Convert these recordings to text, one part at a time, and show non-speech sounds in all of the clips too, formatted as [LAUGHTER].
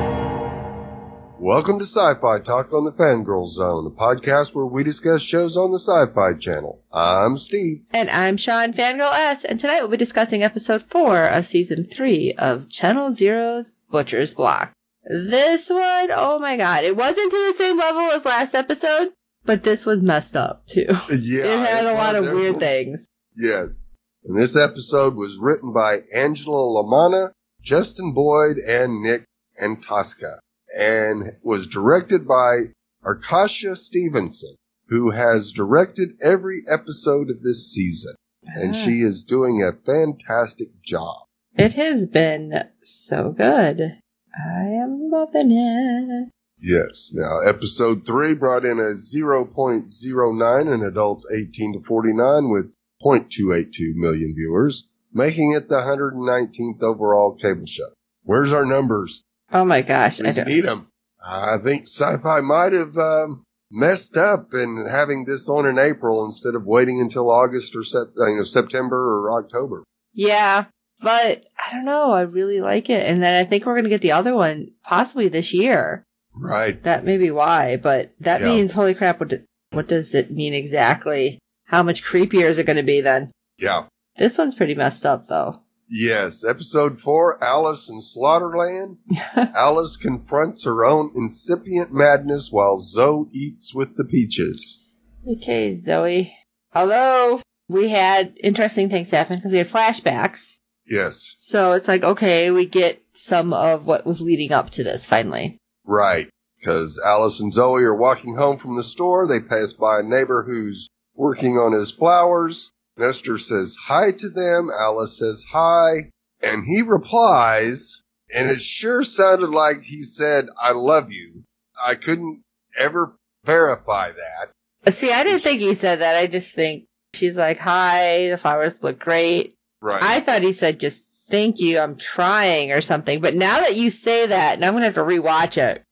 zone. Welcome to Sci-Fi Talk on the Fangirl Zone, a podcast where we discuss shows on the Sci-Fi Channel. I'm Steve. And I'm Sean Fangirl S, and tonight we'll be discussing episode 4 of season 3 of Channel Zero's Butcher's Block. This one, oh my god, it wasn't to the same level as last episode, but this was messed up too. Yeah. It had a it lot of everyone. weird things. Yes. And this episode was written by Angela Lamana, Justin Boyd, and Nick Antosca, and was directed by Arkasha Stevenson, who has directed every episode of this season. Ah. And she is doing a fantastic job. It has been so good. I am loving it. Yes. Now, episode three brought in a 0.09 in adults 18 to 49 with 0.282 million viewers, making it the 119th overall cable show. Where's our numbers? Oh my gosh. We I don't... need them. I think sci-fi might have um, messed up in having this on in April instead of waiting until August or sep- uh, you know, September or October. Yeah, but I don't know. I really like it, and then I think we're gonna get the other one possibly this year. Right. That may be why, but that yeah. means holy crap! What do, what does it mean exactly? How much creepier is it gonna be then? Yeah. This one's pretty messed up though. Yes, episode four, Alice in Slaughterland. Alice confronts her own incipient madness while Zoe eats with the peaches. Okay, Zoe. Although we had interesting things happen because we had flashbacks. Yes. So it's like, okay, we get some of what was leading up to this finally. Right. Because Alice and Zoe are walking home from the store. They pass by a neighbor who's working on his flowers. Nestor says hi to them. Alice says hi. And he replies, and it sure sounded like he said, I love you. I couldn't ever verify that. See, I didn't think he said that. I just think she's like, hi, the flowers look great. Right. I thought he said just thank you, I'm trying or something. But now that you say that, and I'm gonna have to rewatch it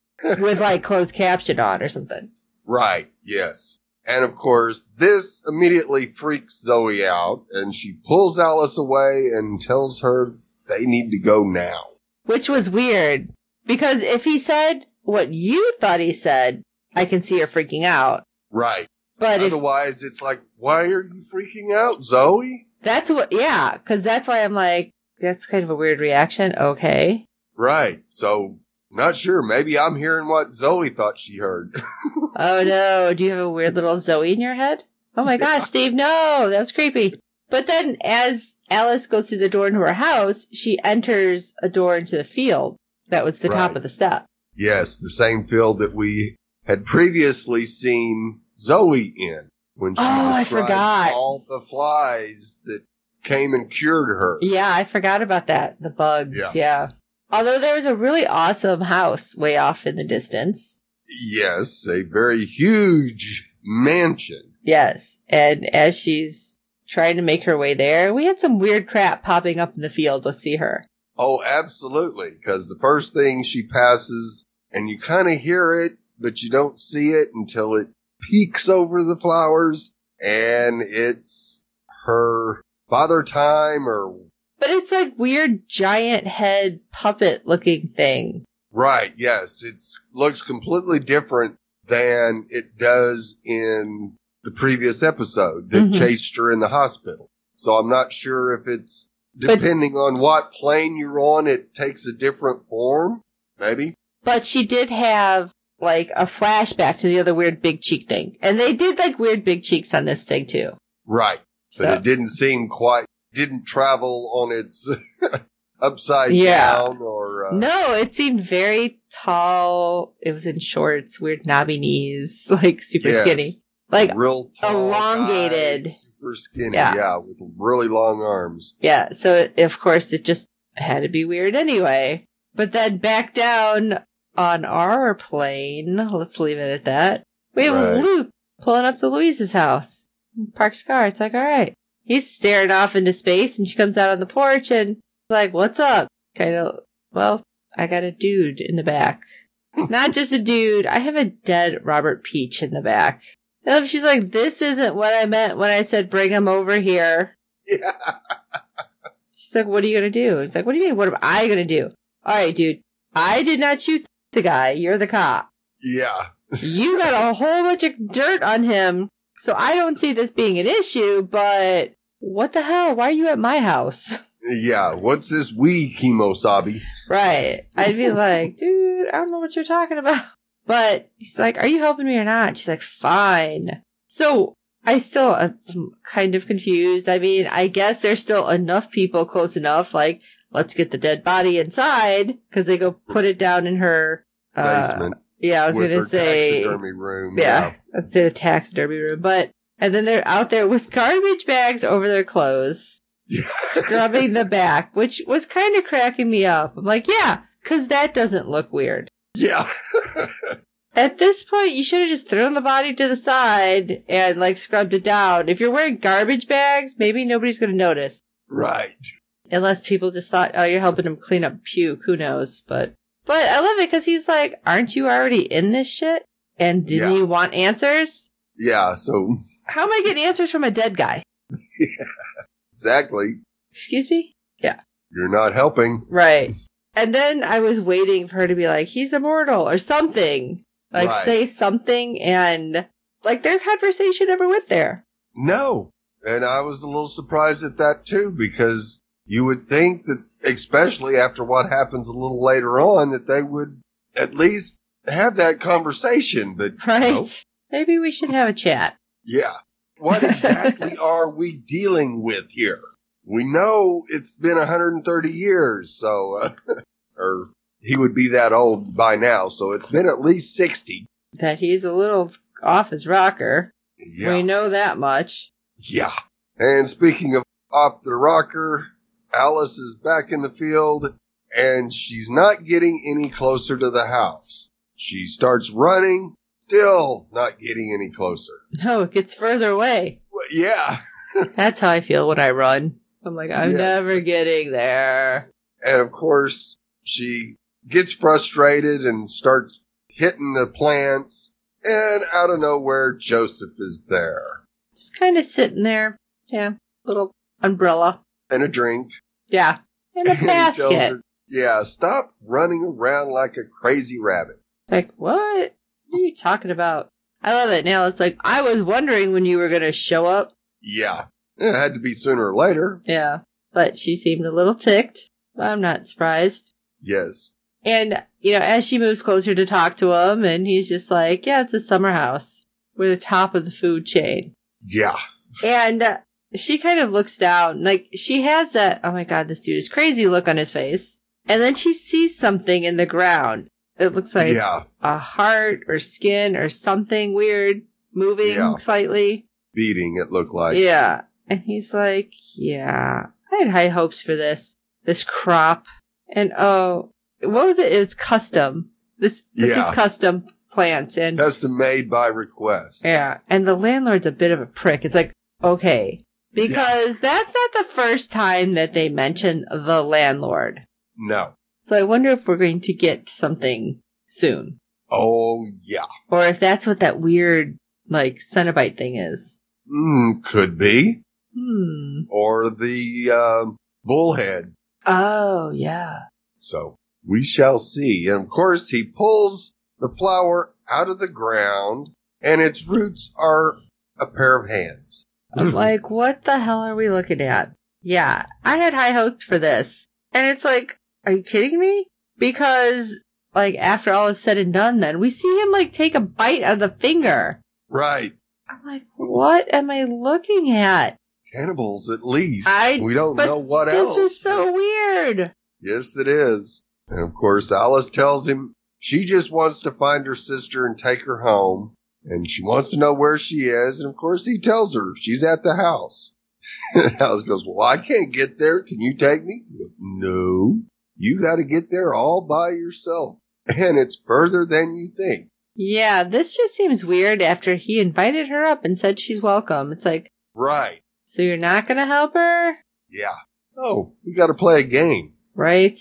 with like closed caption on or something. Right, yes. And of course, this immediately freaks Zoe out and she pulls Alice away and tells her they need to go now. Which was weird because if he said what you thought he said, I can see her freaking out. Right. But otherwise, if, it's like, why are you freaking out, Zoe? That's what, yeah, because that's why I'm like, that's kind of a weird reaction. Okay. Right. So, not sure. Maybe I'm hearing what Zoe thought she heard. [LAUGHS] oh no. Do you have a weird little Zoe in your head? Oh my [LAUGHS] gosh, Steve, no, that was creepy. But then as Alice goes through the door into her house, she enters a door into the field that was the right. top of the step. Yes, the same field that we had previously seen Zoe in when she oh, I forgot. all the flies that came and cured her. Yeah, I forgot about that. The bugs, yeah. yeah. Although there was a really awesome house way off in the distance. Yes, a very huge mansion. Yes, and as she's trying to make her way there, we had some weird crap popping up in the field. Let's see her. Oh, absolutely, because the first thing she passes, and you kind of hear it, but you don't see it until it peeks over the flowers and it's her father time or but it's like weird giant head puppet looking thing right yes it looks completely different than it does in the previous episode that mm-hmm. chased her in the hospital so i'm not sure if it's depending but, on what plane you're on it takes a different form maybe but she did have like a flashback to the other weird big cheek thing. And they did like weird big cheeks on this thing too. Right. But so. it didn't seem quite, didn't travel on its [LAUGHS] upside Yeah. down or uh, No, it seemed very tall. It was in shorts, weird knobby knees, [LAUGHS] like super yes, skinny. Like, real tall elongated. guy, super skinny. Yeah. yeah, with really long arms. [LAUGHS] yeah, so it, of course it just had to be weird anyway. But then back down on our plane, let's leave it at that. We have Right. Luke pulling up to Louise's house. Park's car. It's like, all right. He's staring off into space and she comes out on the porch and is like, what's up? Kind of, well, I got a dude in the back. Not just a dude. I have a dead Robert Peach in the back. And she's like, this isn't what I meant when I said bring him over here. Yeah. She's like, "What are you gonna do?" It's like, "What do you mean? What am I gonna do?" All right, dude, I did not shoot the guy. You're the cop. Yeah. You got a whole bunch of dirt on him, so I don't see this being an issue. But what the hell? Why are you at my house? Yeah. What's this we chemo sobby? Right? I'd be like, dude, I don't know what you're talking about. But he's like, "Are you helping me or not?" She's like, "Fine." So I still am kind of confused. I mean, I guess there's still enough people close enough. Like, let's get the dead body inside because they go put it down in her uh, Basement. Yeah, I was with gonna her say. taxidermy room. Yeah, let's say the taxidermy room. But and then they're out there with garbage bags over their clothes, [LAUGHS] Yeah. scrubbing the back, which was kind of cracking me up. I'm like, yeah, because that doesn't look weird. yeah. [LAUGHS] At this point, you should have just thrown the body to the side and like scrubbed it down. If you're wearing garbage bags, maybe nobody's going to notice. Right. Unless people just thought, oh, you're helping him clean up puke. Who knows? But, but I love it because he's like, aren't you already in this shit? And didn't Yeah. you want answers? Yeah. So How am I getting answers from a dead guy? exactly. Excuse me? You're not helping. Right. And then I was waiting for her to be like, he's immortal or something. Like Right. say something and like their conversation never went there. [LAUGHS] No. And I was a little surprised at that too, because you would think that, especially after what happens a little later on, that they would at least have that conversation. But Right. nope. Maybe we should have a chat. yeah, what exactly are we dealing with here? We know it's been 130 years, so, uh, [LAUGHS] or he would be that old by now, so it's been at least 60. That he's a little off his rocker. Yeah. We know that much. Yeah. And speaking of off the rocker, Alice is back in the field and she's not getting any closer to the house. She starts running, still not getting any closer. No, it gets further away. Well, yeah. That's how I feel when I run. I'm like, I'm Yes. never getting there. And of course, she gets frustrated and starts hitting the plants. And out of nowhere, Joseph is there Just kind of sitting there. Yeah. Little umbrella. and a drink. Yeah. In [LAUGHS] a And he tells basket. her, yeah, stop running around like a crazy rabbit. Like, what? What are you talking about? I love it. Now it's like, I was wondering when you were going to show up. Yeah. It had to be sooner or later. Yeah. But she seemed a little ticked. I'm not surprised. Yes. And, you know, as she moves closer to talk to him, and he's just like, yeah, it's a summer house. We're the top of the food chain. Yeah. And uh, she kind of looks down. Like, she has that, oh my God, this dude is crazy look on his face. And then she sees something in the ground. It looks like yeah. a heart or skin or something weird moving Yeah. slightly. Beating, it looked like. yeah. And he's like, yeah, I had high hopes for this, this crop. And oh, what was it? It was custom. This, this Yeah. is custom plants. And Custom made by request. yeah. And the landlord's a bit of a prick. It's like, okay. Because that's not the first time that they mention the landlord. No. So I wonder if we're going to get something soon. Oh, yeah. Or if that's what that weird, like, Cenobite thing is. Mm, could be. Hmm. Or the um, bullhead. Oh, [LAUGHS] yeah. So we shall see. And of course, he pulls the flower out of the ground, and its roots are a pair of hands. I'm like, what the hell are we looking at? Yeah, I had high hopes for this. And it's like, are you kidding me? Because, like, after all is said and done, then we see him, like, take a bite of the finger. Right. I'm like, what am I looking at? Cannibals, at least. I- we don't but know what this else. is so weird. Yes, it is. And of course, Alice tells him she just wants to find her sister and take her home. And she wants to know where she is. And of course, he tells her she's at the house. [LAUGHS] Alice goes, Well, I can't get there. Can you take me? He goes, no, you got to get there all by yourself. [LAUGHS] And it's further than you think. Yeah, this just seems weird after he invited her up and said she's welcome. It's like, Right. so you're not going to help her? Yeah. Oh, we got to play a game. Right?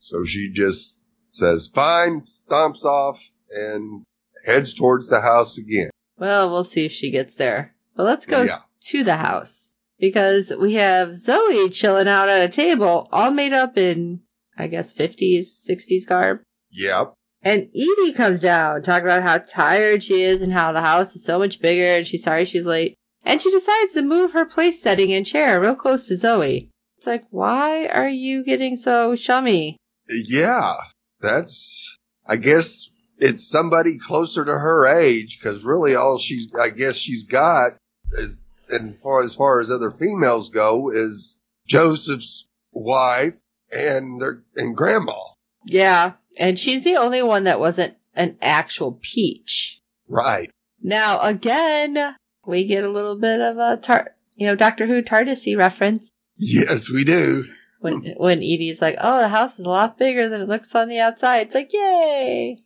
So she just says, Fine, stomps off and heads towards the house again. Well, we'll see if she gets there. But let's go Yeah. to the house because we have Zoe chilling out at a table, all made up in, I guess, 50s, 60s garb. Yep. And Edie comes down, talking about how tired she is and how the house is so much bigger and she's sorry she's late. And she decides to move her place setting and chair real close to Zoe. It's like, why are you getting so chummy? Yeah. That's, I guess it's somebody closer to her age because really all she's, I guess she's got is, and far as far as other females go, is Joseph's wife and their, and grandma. Yeah. And she's the only one that wasn't an actual peach. Right. Now again, we get a little bit of a tar- you know Doctor Who Tardisy reference Yes, we do. when when Edie's like, "Oh, the house is a lot bigger than it looks on the outside." It's like, yay!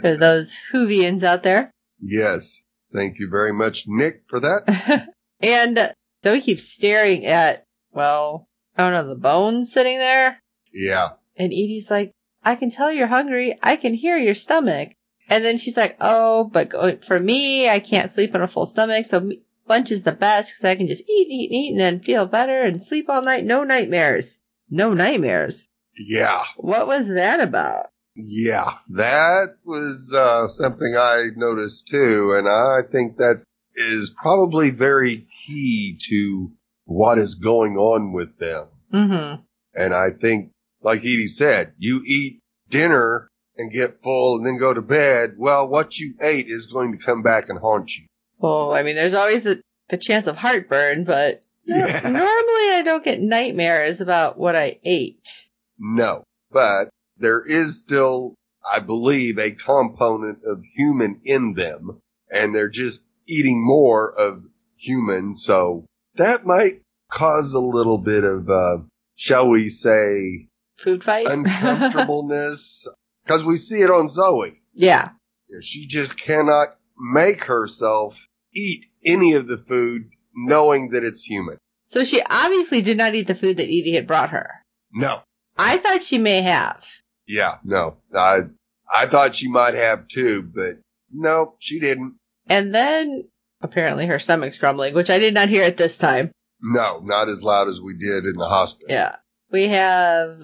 For those Whovians out there, [LAUGHS] Yes. Thank you very much, Nick, for that. [LAUGHS] and so he keeps staring at well, I don't know the bones sitting there, Yeah. and Edie's like, "I can tell you're hungry. I can hear your stomach." And then she's like, "Oh, but go- for me, I can't sleep on a full stomach, so m- lunch is the best because I can just eat, eat, eat, and then feel better and sleep all night. No nightmares. No nightmares. Yeah. What was that about? Yeah. That was uh, something I noticed too. And I think that is probably very key to what is going on with them. Mm-hmm. And I think, like Edie said, you eat dinner and get full and then go to bed. Well, what you ate is going to come back and haunt you. Well, I mean, there's always a, the chance of heartburn, but no- Yeah. normally I don't get nightmares about what I ate. No, but there is still, I believe, a component of human in them, and they're just eating more of human. So that might cause a little bit of, uh, shall we say, Food fight. uncomfortableness, because we see it on Zoe. [LAUGHS] yeah. You know, She just cannot make herself eat any of the food knowing that it's human. So she obviously did not eat the food that Edie had brought her. No. I thought she may have. Yeah, no. I I thought she might have too, but no, she didn't. And then apparently her stomach's grumbling, which I did not hear at this time. No, not as loud as we did in the hospital. Yeah. We have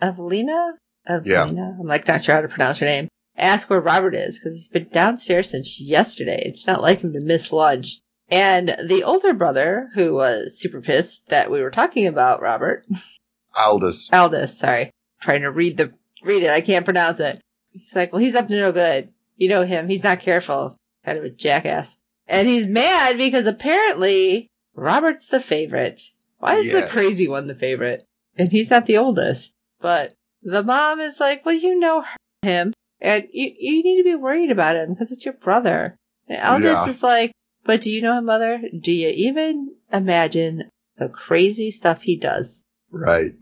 Evelina? Evelina? I'm like not sure how to pronounce her name. Ask where Robert is because he's been downstairs since yesterday. It's not like him to miss lunch. And the older brother, who was super pissed that we were talking about Robert, Aldous. Aldous, sorry. Trying to read the read it. I can't pronounce it. He's like, Well, he's up to no good. You know him. He's not careful. Kind of a jackass. And he's mad because apparently Robert's the favorite. Why is the Yes. crazy one the favorite? And he's not the oldest. But the mom is like, Well, you know her- him and you you need to be worried about him because it's your brother. And Aldous Yeah. is like, But do you know him, mother? Do you even imagine the crazy stuff he does? Right.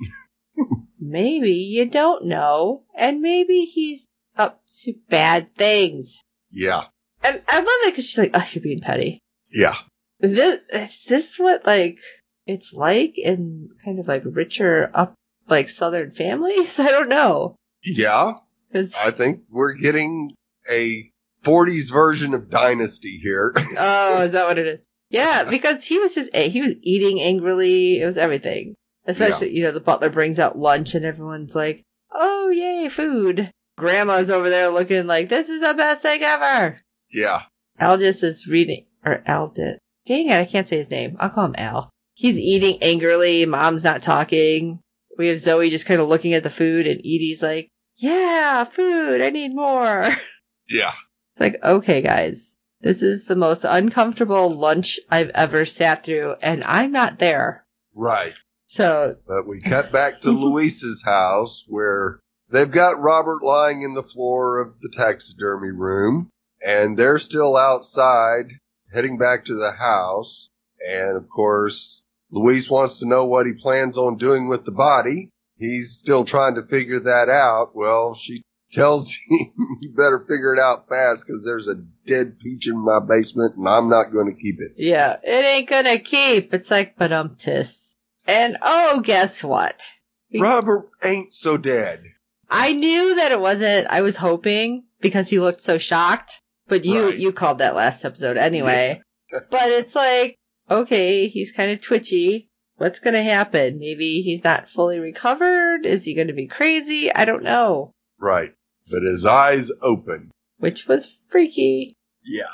Maybe you don't know, and maybe he's up to bad things. Yeah. And I love it because she's like, "Oh, you're being petty." Yeah. This is this what like it's like in kind of like richer up like southern families. [LAUGHS] I don't know Yeah. 'Cause- I think we're getting a 40s version of Dynasty here. [LAUGHS] oh, is that what it is? Yeah, because he was just he was eating angrily. It was everything, especially you know the butler brings out lunch and everyone's like, "Oh yay, food!" Grandma's over there looking like this is the best thing ever. yeah. Aldous is reading, or Aldous. Dang it, I can't say his name. I'll call him Al. He's eating angrily. Mom's not talking. We have Zoe just kind of looking at the food, and Edie's like, Yeah, food. I need more. [LAUGHS] It's Yeah. like, okay, guys, this is the most uncomfortable lunch I've ever sat through, and I'm not there. Right. So But we cut back to Luis's house where they've got Robert lying in the floor of the taxidermy room and they're still outside heading back to the house. And of course, Luis wants to know what he plans on doing with the body. He's still trying to figure that out. Well, she tells [LAUGHS] him you better figure it out fast because there's a dead peach in my basement and I'm not going to keep it. yeah, it ain't gonna keep. It's like badumtis. And oh, guess what? Robert ain't so dead. I knew that it wasn't. I was hoping because he looked so shocked. But you Right. you called that last episode anyway. [LAUGHS] but it's like okay, he's kind of twitchy. What's gonna happen? Maybe he's not fully recovered. Is he gonna be crazy? I don't know. Right. But his eyes open. Which was freaky. Yeah.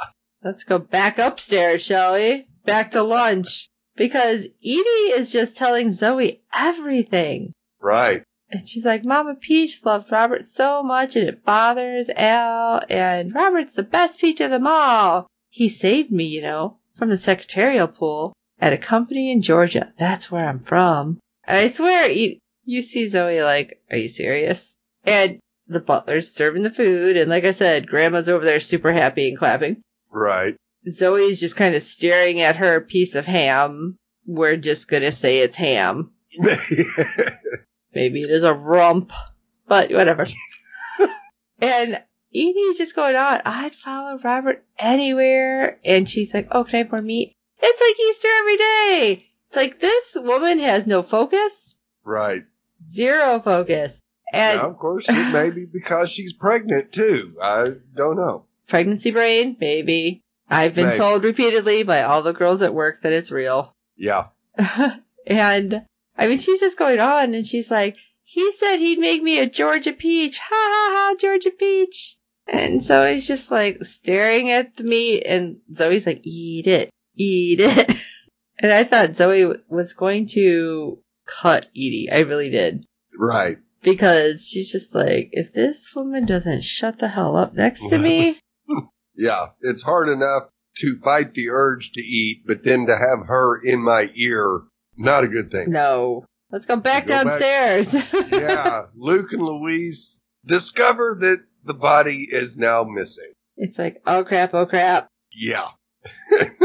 Let's go back upstairs, shall we? Back to lunch. Because Edie is just telling Zoe everything. Right. And she's like, Mama Peach loved Robert so much and it bothers Al. And Robert's the best peach of them all. He saved me, you know, from the secretarial pool at a company in Georgia. That's where I'm from. And I swear, you, you see Zoe like, are you serious? And the butler's serving the food. And like I said, Grandma's over there super happy and clapping. Right. [LAUGHS] Zoe's just kind of staring at her piece of ham. We're just gonna say it's ham. Maybe it is a rump, but whatever. [LAUGHS] and Edie's just going on. I'd follow Robert anywhere. And she's like, oh, can I have more meat? It's like Easter every day. It's like this woman has no focus, right. zero focus. And now, of course, it may be because she's pregnant too. I don't know. pregnancy brain, maybe. I've been Maybe. told repeatedly by all the girls at work that it's real. Yeah. [LAUGHS] and I mean, she's just going on, and she's like, "He said he'd make me a Georgia peach, ha ha ha, Georgia peach." And so he's just like staring at the meat, and Zoe's like, "Eat it, eat it." [LAUGHS] and I thought Zoe w- was going to cut Edie. I really did Right. because she's just like, if this woman doesn't shut the hell up next [LAUGHS] to me, Yeah. It's hard enough to fight the urge to eat, but then to have her in my ear, not a good thing. no. Let's go back Go back. downstairs. [LAUGHS] yeah. Luke and Louise discover that the body is now missing. It's like, oh crap, oh crap. Yeah. [LAUGHS]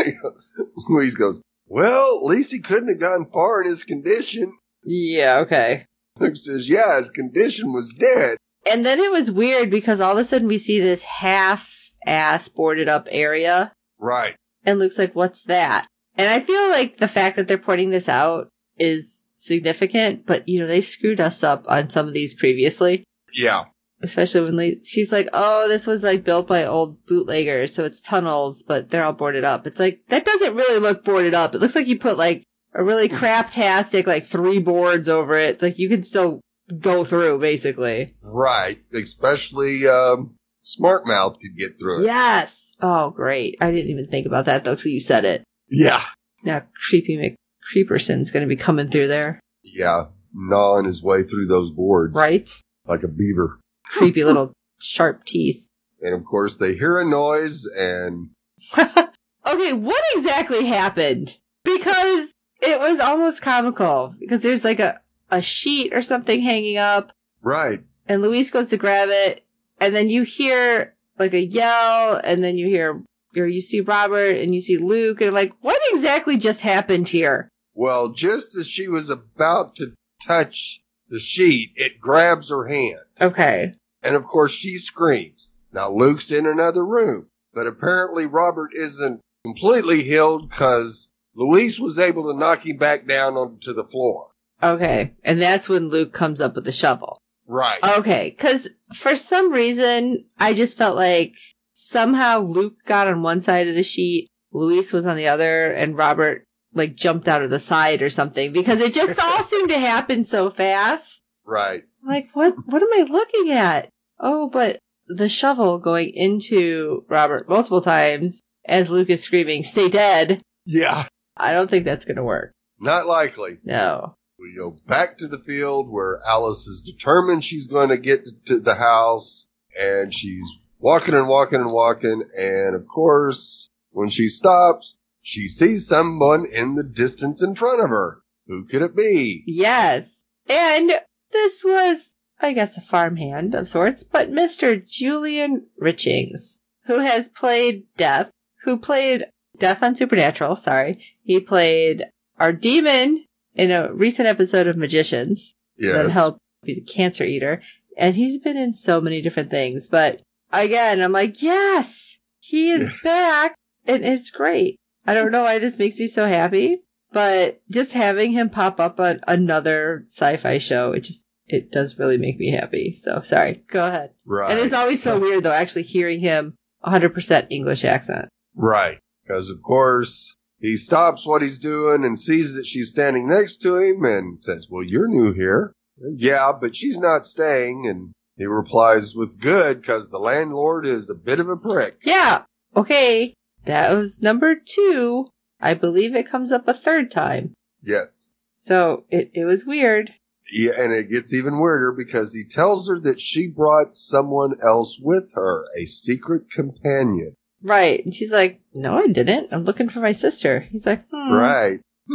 Louise goes, Well, at least he couldn't have gone far in his condition. Yeah, okay. Luke says, Yeah, his condition was dead. And then it was weird because all of a sudden we see this half ass boarded up area Right. and Luke's like, What's that? And I feel like the fact that they're pointing this out is significant, but you know, they've screwed us up on some of these previously. Yeah. Especially when Le- she's like, Oh, this was like built by old bootleggers, so it's tunnels, but they're all boarded up. It's like that doesn't really look boarded up. It looks like you put like a really craptastic like three boards over it. It's like you can still go through basically. Right. Especially um, Smart Mouth could get through it. Yes. Oh, great. I didn't even think about that though till you said it. Yeah. Now creepy McCreeperson's going to be coming through there, Yeah. Gnawing his way through those boards right? like a beaver. creepy little sharp teeth. And of course, they hear a noise and okay, what exactly happened? Because it was almost comical because there's like a a sheet or something hanging up, right. and Luis goes to grab it, and then you hear like a yell, and then you hear or you see Robert and you see Luke, and like what exactly just happened here? Well, just as she was about to touch the sheet, it grabs her hand. Okay. And of course, she screams. Now, Luke's in another room, but apparently Robert isn't completely healed because Luis was able to knock him back down onto the floor. Okay. And that's when Luke comes up with the shovel. Right. Okay. Cause for some reason, I just felt like somehow Luke got on one side of the sheet, Luis was on the other, and Robert like jumped out of the side or something because it just all seemed to happen so fast. right. Like, what, what am I looking at? Oh, but the shovel going into Robert multiple times as Luke is screaming, stay dead. Yeah. I don't think that's going to work. Not likely. No. We go back to the field where Alice is determined she's going to get to the house, and she's walking and walking and walking. And of course, when she stops, she sees someone in the distance in front of her. Who could it be? Yes. And this was, I guess, a farmhand of sorts, but Mr. Julian Richings, who has played Death, who played Death on Supernatural, sorry. He played our demon in a recent episode of Magicians that Yes. helped be the cancer eater. And he's been in so many different things. But again, I'm like, yes, he is back and it's great. I don't know why this makes me so happy, but just having him pop up on another sci-fi show, it just, it does really make me happy. So sorry, go ahead. Right. And it's [LAUGHS] always so weird though, actually hearing him 100% English accent. Right. Because, of course, he stops what he's doing and sees that she's standing next to him and says, Well, you're new here. Yeah, but she's not staying. And he replies with good because the landlord is a bit of a prick. Yeah. Okay. That was number two. I believe it comes up a third time. Yes. So it, it was weird. Yeah, and it gets even weirder because he tells her that she brought someone else with her, a secret companion. Right. And she's like, No, I didn't. I'm looking for my sister. He's like, hmm, Right. [LAUGHS]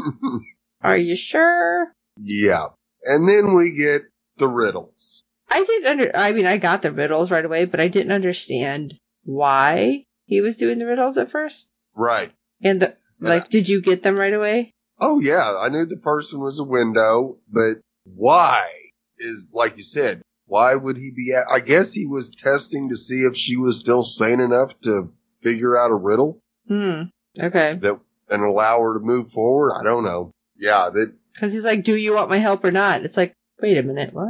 Are you sure? Yeah. And then we get the riddles. I didn't under I mean I got the riddles right away, but I didn't understand why he was doing the riddles at first. Right. And the Yeah. like, did you get them right away? Oh yeah, I knew the first one was a window, but why is like you said, why would he be at, I guess he was testing to see if she was still sane enough to figure out a riddle Hmm. Okay. that and allow her to move forward. I don't know. Yeah, that Because he's like, Do you want my help or not? It's like, wait a minute, what?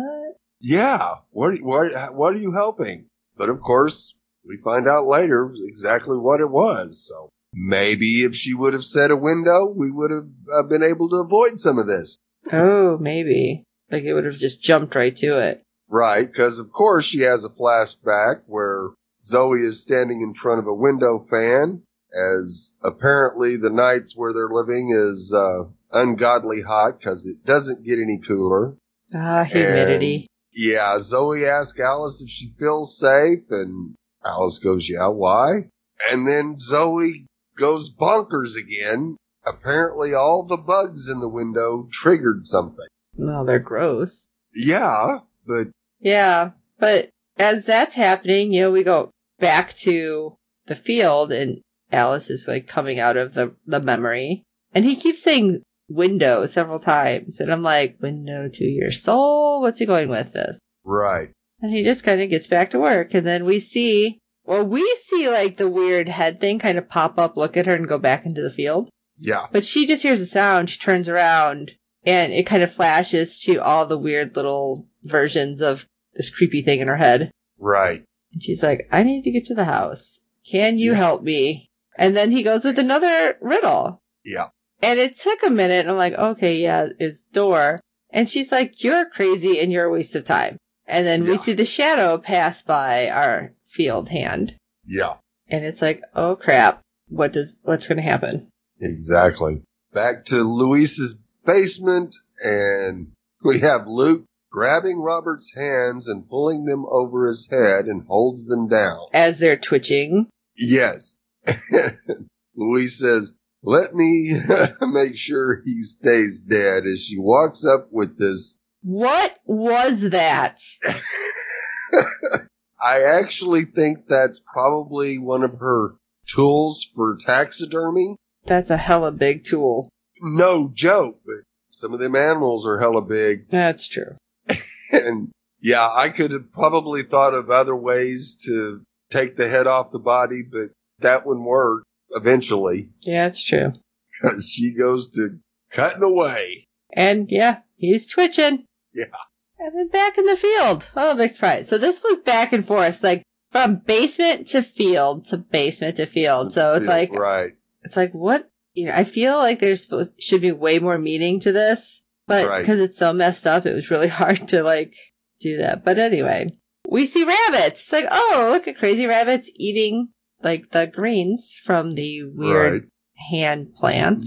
yeah, what what what are you helping? But of course, we find out later exactly what it was. So maybe if she would have said a window, we would have uh, been able to avoid some of this. Oh, maybe. Like it would have just jumped right to it. Right, because of course she has a flashback where Zoe is standing in front of a window fan, as apparently the nights where they're living is uh, ungodly hot because it doesn't get any cooler. Ah, humidity. Yeah, Zoe asks Alice if she feels safe, and Alice goes, Yeah, why? And then Zoe goes bonkers again. Apparently, all the bugs in the window triggered something. Well, they're gross. Yeah, but Yeah, but as that's happening, you know, we go back to the field and Alice is like coming out of the, the memory and he keeps saying window several times. And I'm like, window to your soul. What's he going with this? right. And he just kind of gets back to work. And then we see, well, we see like the weird head thing kind of pop up, look at her and go back into the field. Yeah. But she just hears a sound. She turns around, and it kind of flashes to all the weird little versions of this creepy thing in her head. Right. And she's like, I need to get to the house. Can you Yes. help me? And then he goes with another riddle. Yeah. And it took a minute, and I'm like, okay, yeah, it's door. And she's like, you're crazy and you're a waste of time. And then we Yeah. see the shadow pass by our field hand. Yeah. And it's like, oh crap. What does, what's going to happen? Exactly. Back to Luis's basement, and we have Luke grabbing Robert's hands and pulling them over his head and holds them down. As they're twitching, Yes. [LAUGHS] Luis says, let me [LAUGHS] make sure he stays dead as she walks up with this. What was that? I actually think that's probably one of her tools for taxidermy. That's a hella big tool. No joke, but some of them animals are hella big. That's true. and yeah, I could have probably thought of other ways to take the head off the body, but that wouldn't work eventually Yeah, it's true. because she goes to cutting away. And yeah, he's twitching. Yeah. And then back in the field. Oh, big surprise. So this was back and forth, like from basement to field to basement to field. So it's Yeah, like right, it's like what you know. I feel like there's supposed, should be way more meaning to this, but Right. because it's so messed up, it was really [LAUGHS] hard to like do that. But anyway, we see rabbits. It's like oh, look at crazy rabbits eating like the greens from the weird right, hand plant.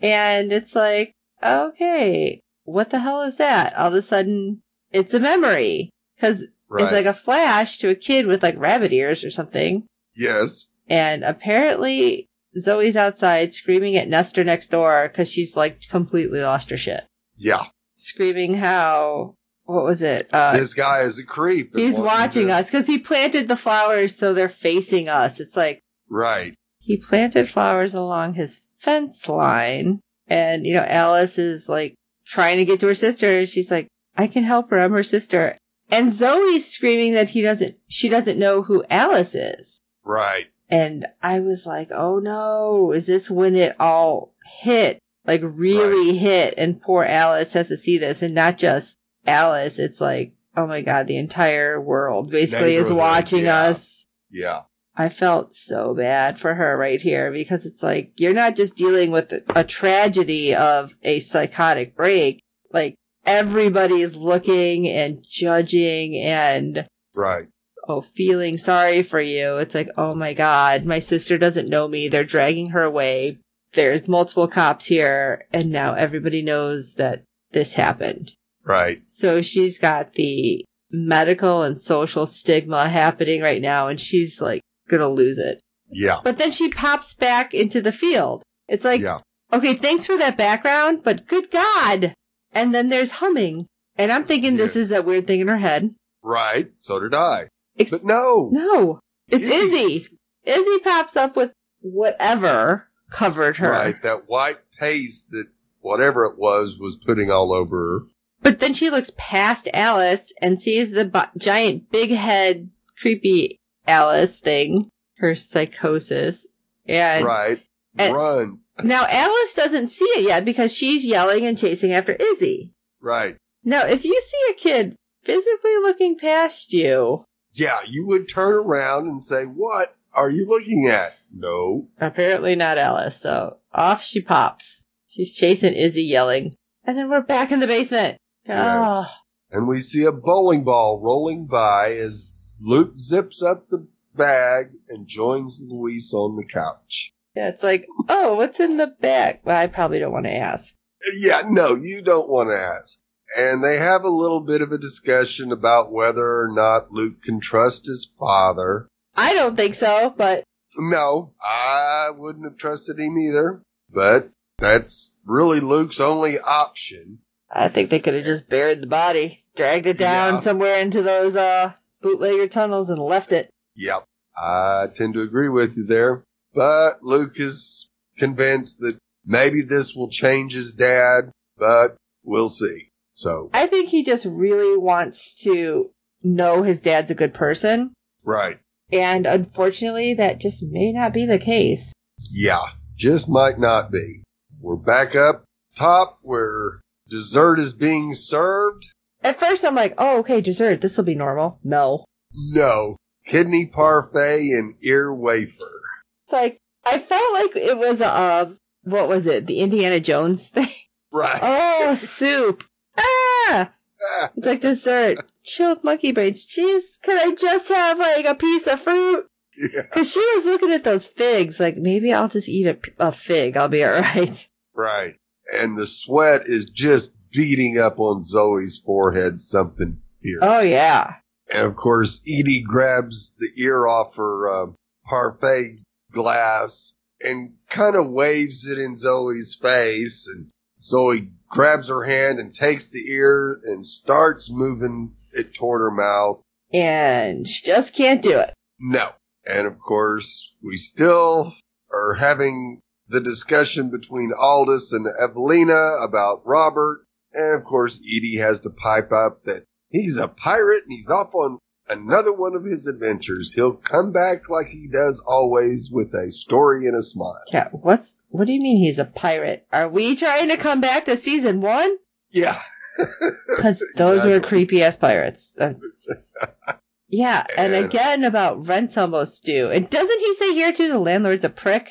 And it's like, okay, what the hell is that? All of a sudden, it's a memory. Cause right. it's like a flash to a kid with like rabbit ears or something. yes, And apparently, Zoe's outside screaming at Nestor next door because she's like completely lost her shit. Yeah. screaming how what was it? Uh, this guy is a creep. and he's wants you watching to- us because he planted the flowers so they're facing us. It's like Right. he planted flowers along his fence line, and you know Alice is like trying to get to her sister. and She's like, "I can help her. I'm her sister." And Zoe's screaming that he doesn't. She doesn't know who Alice is. Right. And I was like, oh no, is this when it all hit? Like really hit and poor Alice has to see this and not just Alice. It's like, oh my God, the entire world basically is Neighborhood, watching yeah. us. Yeah. I felt so bad for her right here because it's like, you're not just dealing with a tragedy of a psychotic break. Like everybody's looking and judging and Right. oh, feeling sorry for you. It's like, oh my God, my sister doesn't know me. They're dragging her away. There's multiple cops here. And now everybody knows that this happened. Right. So she's got the medical and social stigma happening right now. And she's like, gonna lose it. Yeah. But then she pops back into the field. It's like, yeah. okay, thanks for that background, but good God. And then there's humming. And I'm thinking this is that weird thing in her head. Right. So did I. Ex- But no. No, it's Izzy. Izzy. Izzy pops up with whatever covered her, Right. That white paste that whatever it was was putting all over her. but then she looks past Alice and sees the bo- giant, big head, creepy Alice thing, her psychosis, and right. and- Run. now Alice doesn't see it yet because she's yelling and chasing after Izzy. Right. Now, if you see a kid physically looking past you, Yeah. You would turn around and say, What are you looking at? No. Apparently not Alice. So off she pops. She's chasing Izzy, yelling, and then we're back in the basement. Oh, Yes. And we see a bowling ball rolling by as Luke zips up the bag and joins Luis on the couch. yeah, it's like, oh, what's in the back? Well, I probably don't want to ask. Yeah, no, you don't want to ask. And they have a little bit of a discussion about whether or not Luke can trust his father. I don't think so, but No, I wouldn't have trusted him either, but that's really Luke's only option. I think they could have just buried the body, dragged it down Yeah. somewhere into those uh bootlegger tunnels and left it. Yep. I tend to agree with you there. But Luke is convinced that maybe this will change his dad, but we'll see. So, I think he just really wants to know his dad's a good person, right. and unfortunately, that just may not be the case. Yeah. Just might not be. We're back up top where dessert is being served. At first, I'm like, oh, okay, dessert. This will be normal. No. No. Kidney parfait and ear wafer. It's like, I felt like it was, uh, what was it? The Indiana Jones thing. Right. [LAUGHS] [LAUGHS] Oh, soup. Ah! It's like dessert. Chilled monkey brains. Jeez, could I just have, like, a piece of fruit? yeah. Because she was looking at those figs, like, maybe I'll just eat a, a fig. I'll be [LAUGHS] all right. Right. And the sweat is just beating up on Zoe's forehead something fierce. Oh, yeah. And of course, Edie grabs the ear off her uh, parfait glass and kind of waves it in Zoe's face. And Zoe grabs her hand and takes the ear and starts moving it toward her mouth. And she just can't do it. No. And of course, we still are having the discussion between Aldous and Evelina about Robert. And of course, Edie has to pipe up that he's a pirate and he's off on another one of his adventures. He'll come back like he does always with a story and a smile. Yeah, what's, what do you mean he's a pirate? Are we trying to come back to season one? Yeah. Because those were Exactly. creepy ass pirates. Uh, yeah, and And- again about rent's almost due. And doesn't he say here too the landlord's a prick?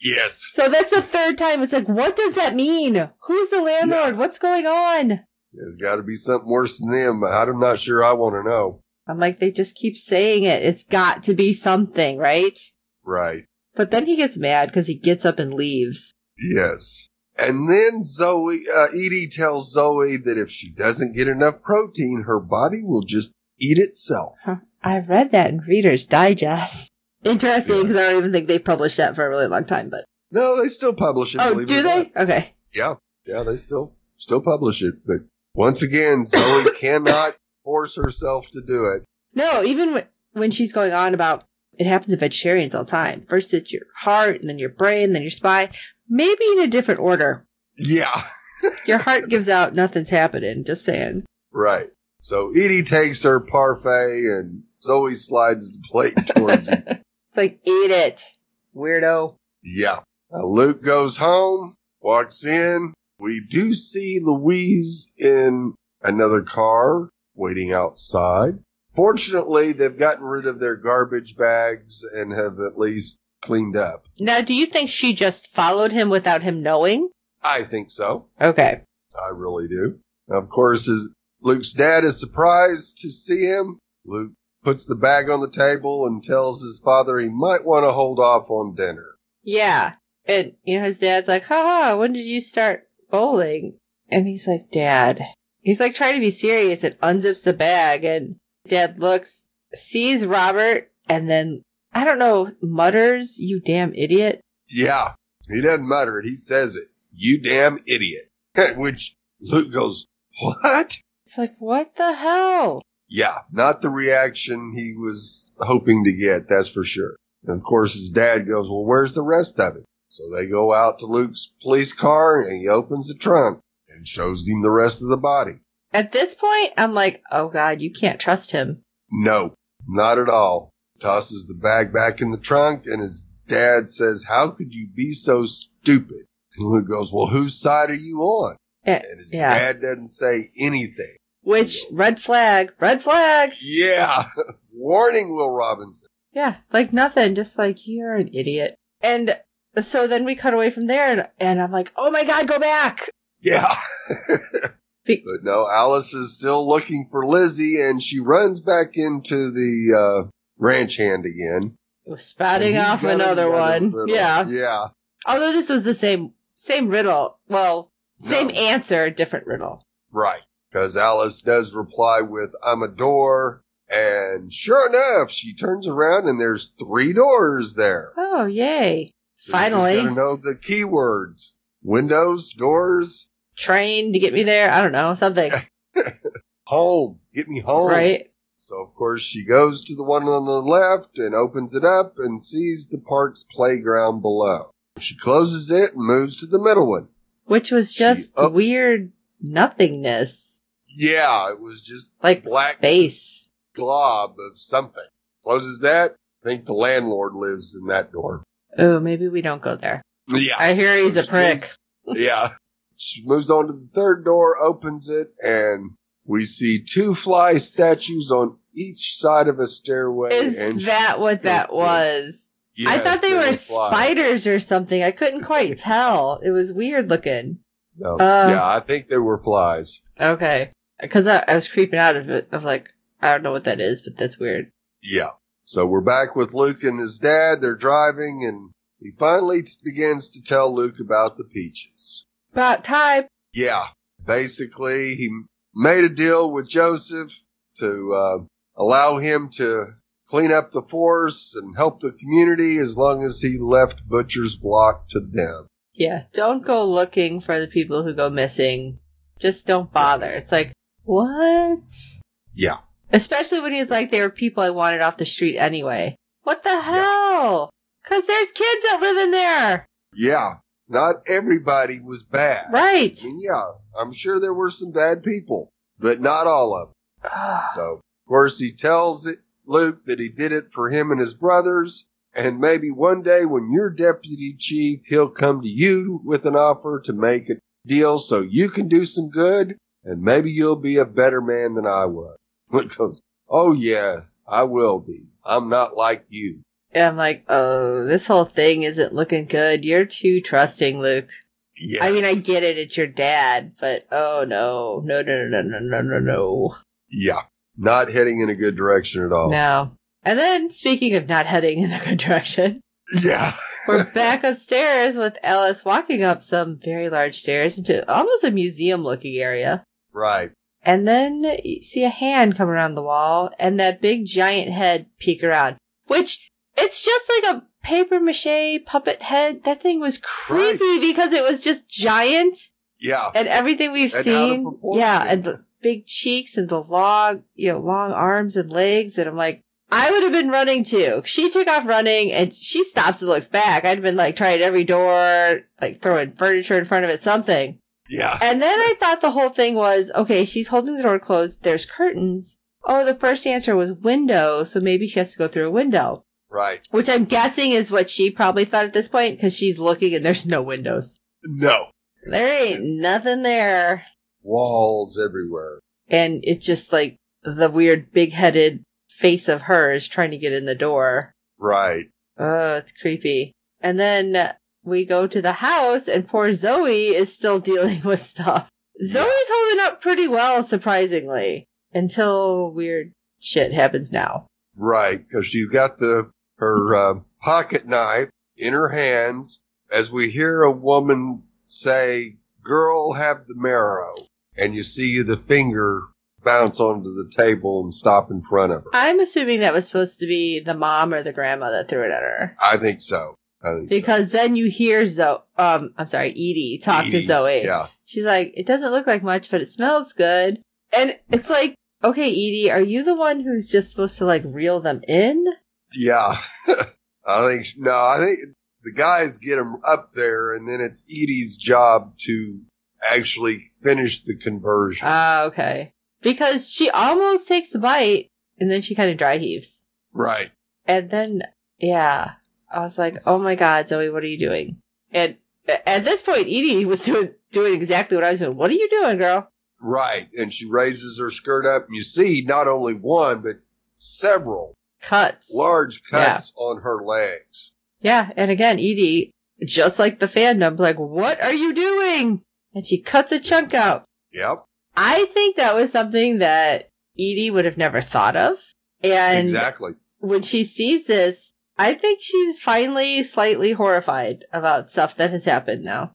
Yes. So that's the third time. It's like, what does that mean? Who's the landlord? What's going on? There's got to be something worse than them. I'm not sure I want to know. I'm like, they just keep saying it. It's got to be something, right? Right. But then he gets mad because he gets up and leaves. Yes. And then Zoe, uh, Edie tells Zoe that if she doesn't get enough protein, her body will just eat itself. I read that in Reader's Digest. Interesting, Yeah. because I don't even think they published that for a really long time. But No, they still publish it. oh, believe it do or not. they? Okay. Yeah. Yeah, they still still publish it. But once again, Zoe cannot force herself to do it. No, even when, when she's going on about it happens to vegetarians all the time. First it's your heart, and then your brain, then your spine. Maybe in a different order. Yeah, Your heart gives out, nothing's happening. Just saying. right. So Edie takes her parfait and Zoe slides the plate towards him. It's like, eat it, weirdo. Yeah. Now Luke goes home, walks in. We do see Louise in another car waiting outside. Fortunately, they've gotten rid of their garbage bags and have at least cleaned up. Now, do you think she just followed him without him knowing? I think so. Okay. I really do. Now, of course, his, Luke's dad is surprised to see him. Luke puts the bag on the table and tells his father he might want to hold off on dinner. Yeah. And, you know, his dad's like, haha, when did you start bowling? And he's like, Dad. He's like trying to be serious and unzips the bag. And dad looks, sees Robert, and then, I don't know, mutters, you damn idiot. Yeah. He doesn't mutter it. He says it. You damn idiot. [LAUGHS] Which Luke goes, what? It's like, what the hell? Yeah. Not the reaction he was hoping to get. That's for sure. And of course his dad goes, well, where's the rest of it? So they go out to Luke's police car and he opens the trunk and shows him the rest of the body. At this point, I'm like, oh God, you can't trust him. No, not at all. Tosses the bag back in the trunk and his dad says, how could you be so stupid? And Luke goes, well, whose side are you on? Eh, And his yeah. dad doesn't say anything. Which, red flag, red flag. Yeah. [LAUGHS] Warning, Will Robinson. Yeah, like nothing, just like you're an idiot. And so then we cut away from there, and, and I'm like, oh my god, go back! Yeah. [LAUGHS] Be- but no, Alice is still looking for Lizzie and she runs back into the uh, ranch hand again. And Spouting he's off got another one. riddle. Yeah. Yeah. Although this was the same same riddle. Well, same No. answer, different riddle. Right. Because Alice does reply with, I'm a door. And sure enough, she turns around and there's three doors there. Oh, So you yay. just gotta Finally, know the keywords. Windows, doors, train to get me there. I don't [LAUGHS] know, something. home. Get me home. Right? So of course she goes to the one on the left and opens it up and sees the park's playground below. She closes it and moves to the middle one. Which was just up- weird nothingness. Yeah, it was just Like Black- space. glob of something. Closes that. think the landlord lives in that door. Oh, maybe we don't go there. Yeah. I hear he's a She prick. moves- yeah. She moves on to the third door, opens it, and we see two fly statues on each side of a stairway. and Is that what that goes in. was? I Yes, thought they, were flies. spiders or something. I couldn't [LAUGHS] quite tell. It was weird looking. No. Uh, yeah, I think they were flies. Okay. Because I, I was creeping out of it, of like, I don't know what that is, but that's weird. Yeah. So we're back with Luke and his dad. They're driving and he finally t- begins to tell Luke about the peaches. About time. Yeah. Basically, he m- made a deal with Joseph to uh, allow him to clean up the force and help the community as long as he left Butcher's Block to them. Yeah. Don't go looking for the people who go missing. Just don't bother. It's like, what? Yeah. Especially when he's like, there were people I wanted off the street anyway. What the hell? Because there's kids that live in there. Yeah. Not everybody was bad. Right. I mean, yeah, I'm sure there were some bad people, but not all of them. Ah. So, of course, he tells it, Luke that he did it for him and his brothers, and maybe one day when you're deputy chief, he'll come to you with an offer to make a deal so you can do some good, and maybe you'll be a better man than I was. [LAUGHS] Luke goes, Oh, yeah, I will be. I'm not like you. And I'm like, oh, this whole thing isn't looking good. You're too trusting, Luke. Yeah. I mean, I get it. It's your dad, but oh no, no, no, no, no, no, no, no, yeah, not heading in a good direction at all. no. And then, speaking of not heading [LAUGHS] in a good direction, Yeah. we're back upstairs with Alice walking up some very large stairs into almost a museum-looking area, Right. and then you see a hand come around the wall and that big giant head peek around, which it's just like a paper mache puppet head. That thing was creepy because it was just giant. Yeah. and everything we've And out of seen, proportion. yeah, and the big cheeks and the long, you know, long arms and legs, and I'm like, I would have been running too. She took off running and she stops and looks back. I'd been like trying every door, like throwing furniture in front of it, something. Yeah. And then I thought the whole thing was okay, she's holding the door closed, there's curtains. Oh, the first answer was window, so maybe she has to go through a window, Right. which I'm guessing is what she probably thought at this point because she's looking and there's no windows. No. There ain't nothing there. Walls everywhere. and it's just like the weird big headed face of hers trying to get in the door. Right. Oh, it's creepy. And then we go to the house and poor Zoe is still [LAUGHS] dealing with stuff. Zoe's holding up pretty well, surprisingly, until weird shit happens now. Right. Cause she's got the, her, uh, pocket knife in her hands as we hear a woman say, girl, have the marrow. And you see the finger bounce onto the table and stop in front of her. I'm assuming that was supposed to be the mom or the grandma that threw it at her. I think so. I think so. Because then you hear Zoe, um, I'm sorry, Edie talk to Edie, Zoe. Yeah. She's like, it doesn't look like much, but it smells good. And it's like, okay, Edie, are you the one who's just supposed to like reel them in? Yeah. [LAUGHS] I think, sh- no, I think the guys get them up there and then it's Edie's job to actually finish the conversion. Ah, okay. Because she almost takes a bite and then she kind of dry heaves. right. And then, yeah, I was like, oh my God, Zoe, what are you doing? And at this point, Edie was [LAUGHS] doing, doing exactly what I was doing. What are you doing, girl? Right. And she raises her skirt up and you see not only one, but several Cuts. large cuts on her legs. Yeah, and again, Edie, just like the fandom, like, what are you doing? And she cuts a chunk out. Yep. I think that was something that Edie would have never thought of. And exactly. when she sees this, I think she's finally slightly horrified about stuff that has happened now.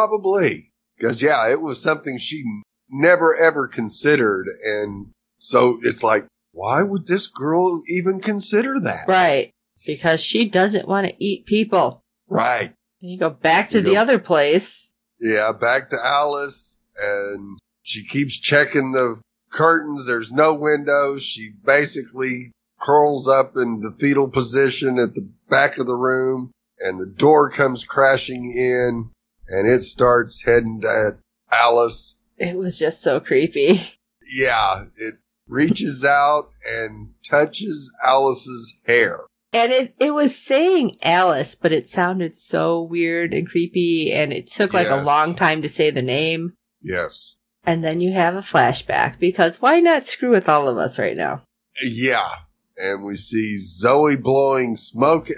Probably. Cause yeah, it was something she never ever considered. And so it's like, why would this girl even consider that? Right. Because she doesn't want to eat people. right. And you go back to You the go- other place. Yeah, back to Alice, and she keeps checking the curtains. There's no windows. She basically curls up in the fetal position at the back of the room, and the door comes crashing in, and it starts heading at Alice. It was just so creepy. [LAUGHS] Yeah, it reaches out and touches Alice's hair. And it, it was saying Alice, but it sounded so weird and creepy. And it took like a Yes. long time to say the name. Yes. And then you have a flashback because why not screw with all of us right now? Yeah. And we see Zoe blowing smoke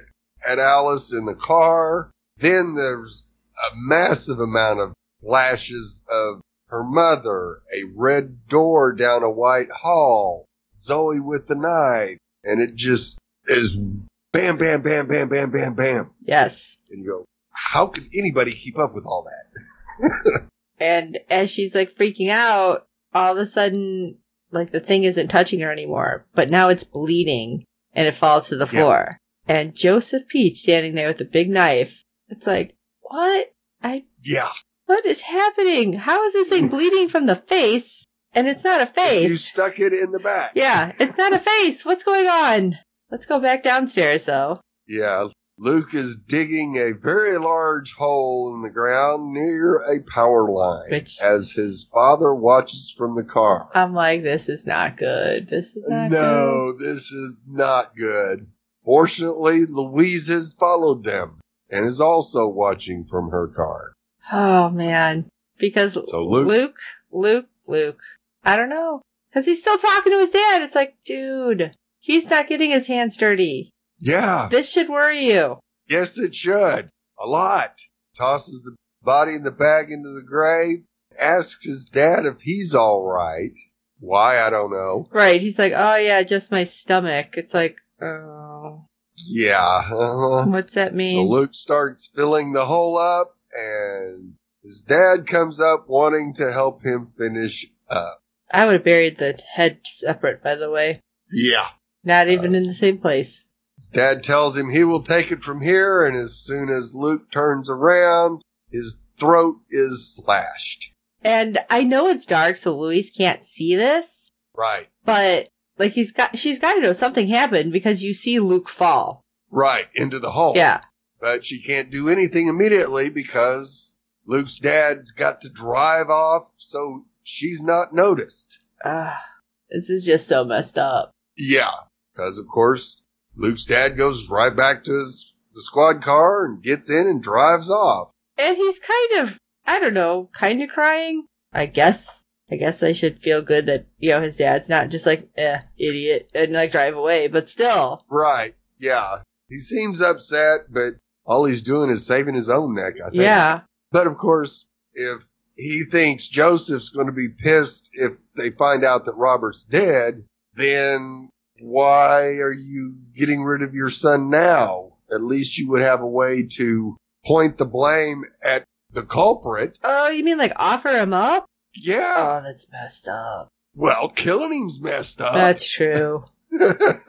at Alice in the car. Then there's a massive amount of flashes of her mother, a red door down a white hall, Zoe with the knife. And it just is bam, bam, bam, bam, bam, bam, bam. Yes. And you go, how could anybody keep up with all that? And as she's like freaking out, all of a sudden, like the thing isn't touching her anymore, but now it's bleeding and it falls to the Yeah. floor. And Joseph Peach standing there with a big knife. It's like, what? I, Yeah. what is happening? How is [LAUGHS] this thing bleeding from the face? And it's not a You face. stuck it in the back. Yeah, it's not a face. What's going on? Let's go back downstairs though. Yeah, Luke is digging a very large hole in the ground near a power line Which- as his father watches from the car. I'm like, this is not good. This is not good. No, this is not good. Fortunately, Louise has followed them and is also watching from her car. Oh man. Because So Luke, Luke, Luke, Luke. I don't know. Cause he's still talking to his dad. It's like, dude, he's not getting his hands dirty. yeah, This should worry you. yes, it should. A lot. Tosses the body in the bag into the grave, asks his dad if he's all right. Why, I don't know. Right. He's like, oh yeah, just my stomach. It's like, oh, Yeah. [LAUGHS] uh-huh. what's that So mean? Luke starts filling the hole up, and his dad comes up wanting to help him finish up. I would have buried the head separate, by the way. Yeah. Uh, Not even in the same place. His dad tells him he will take it from here, and as soon as Luke turns around, his throat is slashed. And I know it's dark, so Louise can't see this, Right. but like he's got, she's got to know something happened because you see Luke fall. Right. Into the hole. Yeah. But she can't do anything immediately because Luke's dad's got to drive off, so she's not noticed. Ugh, this is just so messed up. Yeah. Because, of course, Luke's dad goes right back to his, the squad car and gets in and drives off. And he's kind of, I don't know, kind of crying. I guess, I guess I should feel good that, you know, his dad's not just like, eh, idiot, and like drive away, but still. Right. Yeah. He seems upset, but all he's doing is saving his own neck, I think. Yeah. But of course, if he thinks Joseph's going to be pissed if they find out that Robert's dead, then why are you getting rid of your son now? At least you would have a way to point the blame at the culprit. Oh, you mean like offer him up? Yeah. Oh, that's messed up. Well, killing him's messed up. That's true. [LAUGHS]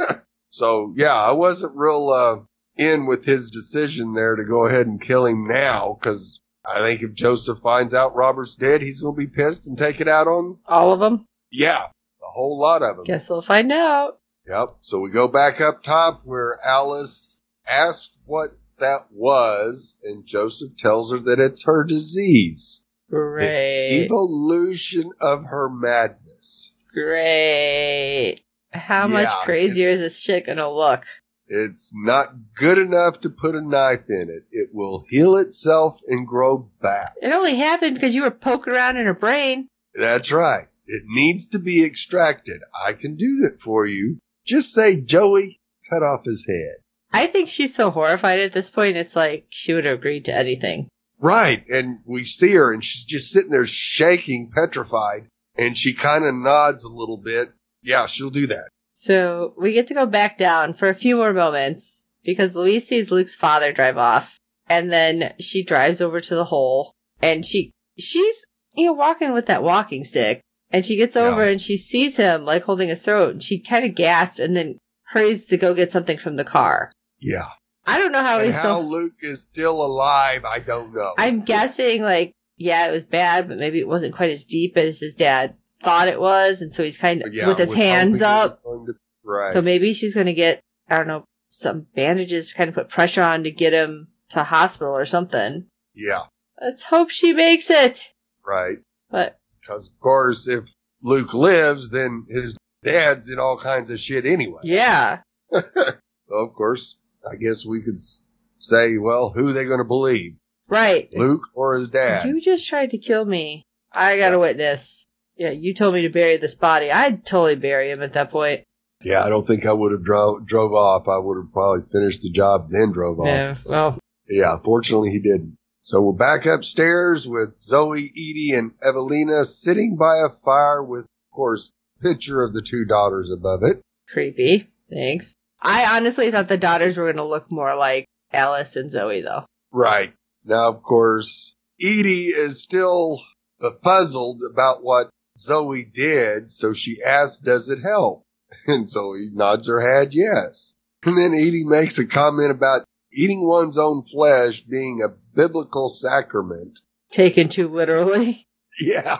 so yeah, I wasn't real uh, in with his decision there to go ahead and kill him now because I think if Joseph finds out Robert's dead, he's going to be pissed and take it out on All of them? yeah a whole lot of them. Guess we'll find out. Yep. So we go back up top where Alice asks what that was, and Joseph tells her that it's her disease, Great. evolution of her madness. Great. How much Yeah. crazier is this shit gonna look? It's not good enough to put a knife in it. It will heal itself and grow back. It only happened because you were poking around in her brain. That's right. It needs to be extracted. I can do it for you. Just say, Joey, cut off his head. I think she's so horrified at this point, it's like she would have agreed to anything. Right. And we see her and she's just sitting there shaking, petrified. And she kind of nods a little bit. Yeah, she'll do that. So we get to go back down for a few more moments because Louise sees Luke's father drive off and then she drives over to the hole and she, she's, you know, walking with that walking stick and she gets Yeah. over and she sees him like holding his throat and she kind of gasps and then hurries to go get something from the car. Yeah. I don't know how and he's how still, Luke is still alive, I don't know. I'm guessing like, yeah, it was bad, but maybe it wasn't quite as deep as his dad thought it was. And so he's kind of But yeah, with his was hoping hands it up. was going to- right. So maybe she's going to get, I don't know, some bandages to kind of put pressure on to get him to hospital or something. yeah. Let's hope she makes it. Right. But Because, of course, if Luke lives, then his dad's in all kinds of shit anyway. yeah, Well, of course, I guess we could s- say, well, who are they going to believe? right. Luke or his dad? You just tried to kill me. I got a witness. Yeah, you told me to bury this body. I'd totally bury him at that point. yeah, I don't think I would have dro- drove off. I would have probably finished the job, then drove off. Yeah, well, Yeah, fortunately, he didn't. So we're back upstairs with Zoe, Edie, and Evelina sitting by a fire with, of course, picture of the two daughters above it. creepy. Thanks. I honestly thought the daughters were going to look more like Alice and Zoe, though. Right. Now, of course, Edie is still befuzzled about what Zoe did, so she asks, does it help? [LAUGHS] And Zoe nods her head, yes. And then Edie makes a comment about eating one's own flesh being a biblical sacrament. Taken too literally. [LAUGHS] [LAUGHS] Yeah.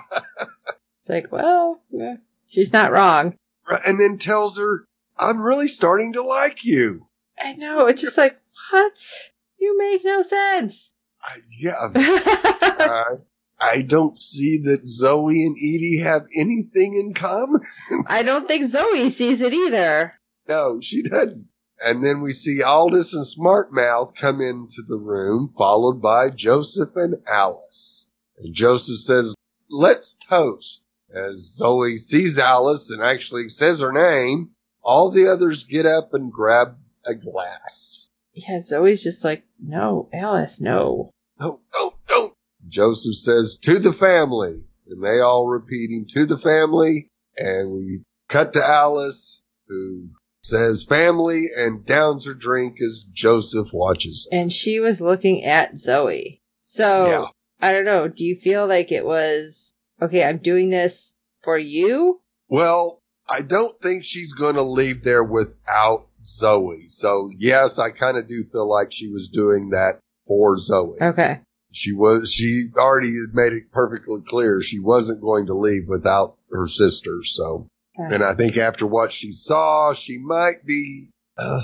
It's like, well, yeah, she's not wrong. Right. And then tells her, I'm really starting to like you. I know. It's just like, what? You make no [LAUGHS] sense. I, yeah. [LAUGHS] I, I don't see that Zoe and Edie have anything in common. I don't think Zoe sees it either. No, she doesn't. And then we see Aldous and Smartmouth come into the room, followed by Joseph and Alice. And Joseph says, let's toast. As Zoe sees Alice and actually says her name, all the others get up and grab a glass. Yeah, Zoe's just like, no, Alice, no. No, no, no. Joseph says, to the family. And they all repeat him, to the family. And we cut to Alice, who says family and downs her drink as Joseph watches. And she was looking at Zoe. So, Yeah. I don't know. Do you feel like it was, okay, I'm doing this for you? Well, I don't think she's going to leave there without Zoe. So, yes, I kind of do feel like she was doing that for Zoe. Okay. She was, she already had made it perfectly clear she wasn't going to leave without her sister. So, Okay. and I think after what she saw, she might be uh,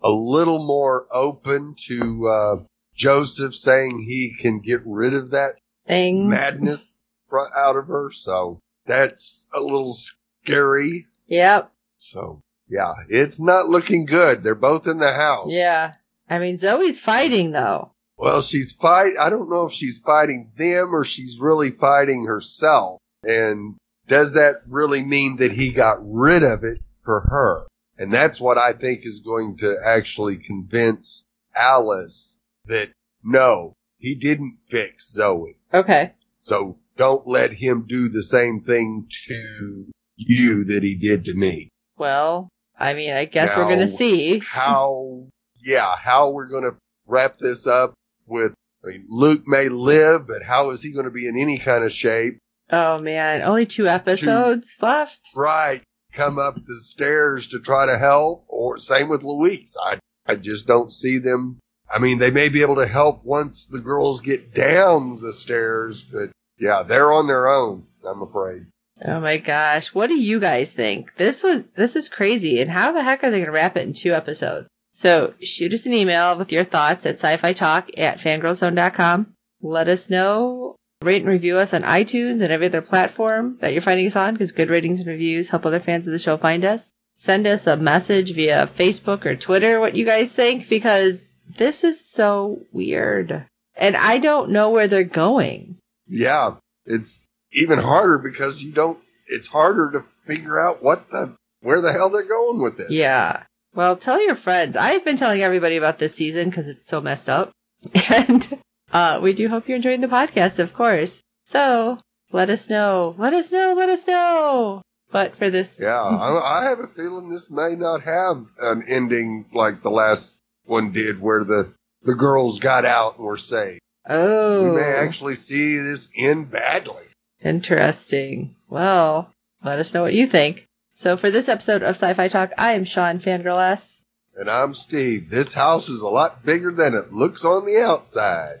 a little more open to, uh, Joseph saying he can get rid of that Thing. madness fro- out of her. So that's a little scary. Yep. So yeah, it's not looking good. They're both in the house. Yeah. I mean, Zoe's fighting though. Well, she's fight. I don't know if she's fighting them or she's really fighting herself. And does that really mean that he got rid of it for her? And that's what I think is going to actually convince Alice that no, he didn't fix Zoe. Okay. So don't let him do the same thing to you that he did to me. Well, I mean, I guess we're Now- gonna see. How, yeah, how we're going to wrap this up with, I mean, Luke may live, but how is he going to be in any kind of shape? Oh man, only two episodes left. Right. Come up the stairs to try to help or same with Luis. I, I just don't see them. I mean, they may be able to help once the girls get down the stairs, but yeah, they're on their own, I'm afraid. Oh my gosh, what do you guys think? This was this is crazy, and how the heck are they gonna wrap it in two episodes? So shoot us an email with your thoughts at sci-fi talk at fangirlzone.com. Let us know. Rate and review us on iTunes and every other platform that you're finding us on, because good ratings and reviews help other fans of the show find us. Send us a message via Facebook or Twitter what you guys think, because this is so weird. And I don't know where they're going. Yeah, it's even harder because you don't. It's harder to figure out what the where the hell they're going with this. Yeah. Well, tell your friends. I've been telling everybody about this season because it's so messed up. [LAUGHS] And uh, we do hope you're enjoying the podcast, of course. So let us know. Let us know. Let us know. But for this, yeah. I, I have a feeling this may not have an ending like the last one did, where the the girls got out and were saved. oh, We may actually see this end badly. interesting. Well, let us know what you think. So for this episode of Sci-Fi Talk, I am Sean Fangirl S, And I'm Steve. This house is a lot bigger than it looks on the outside.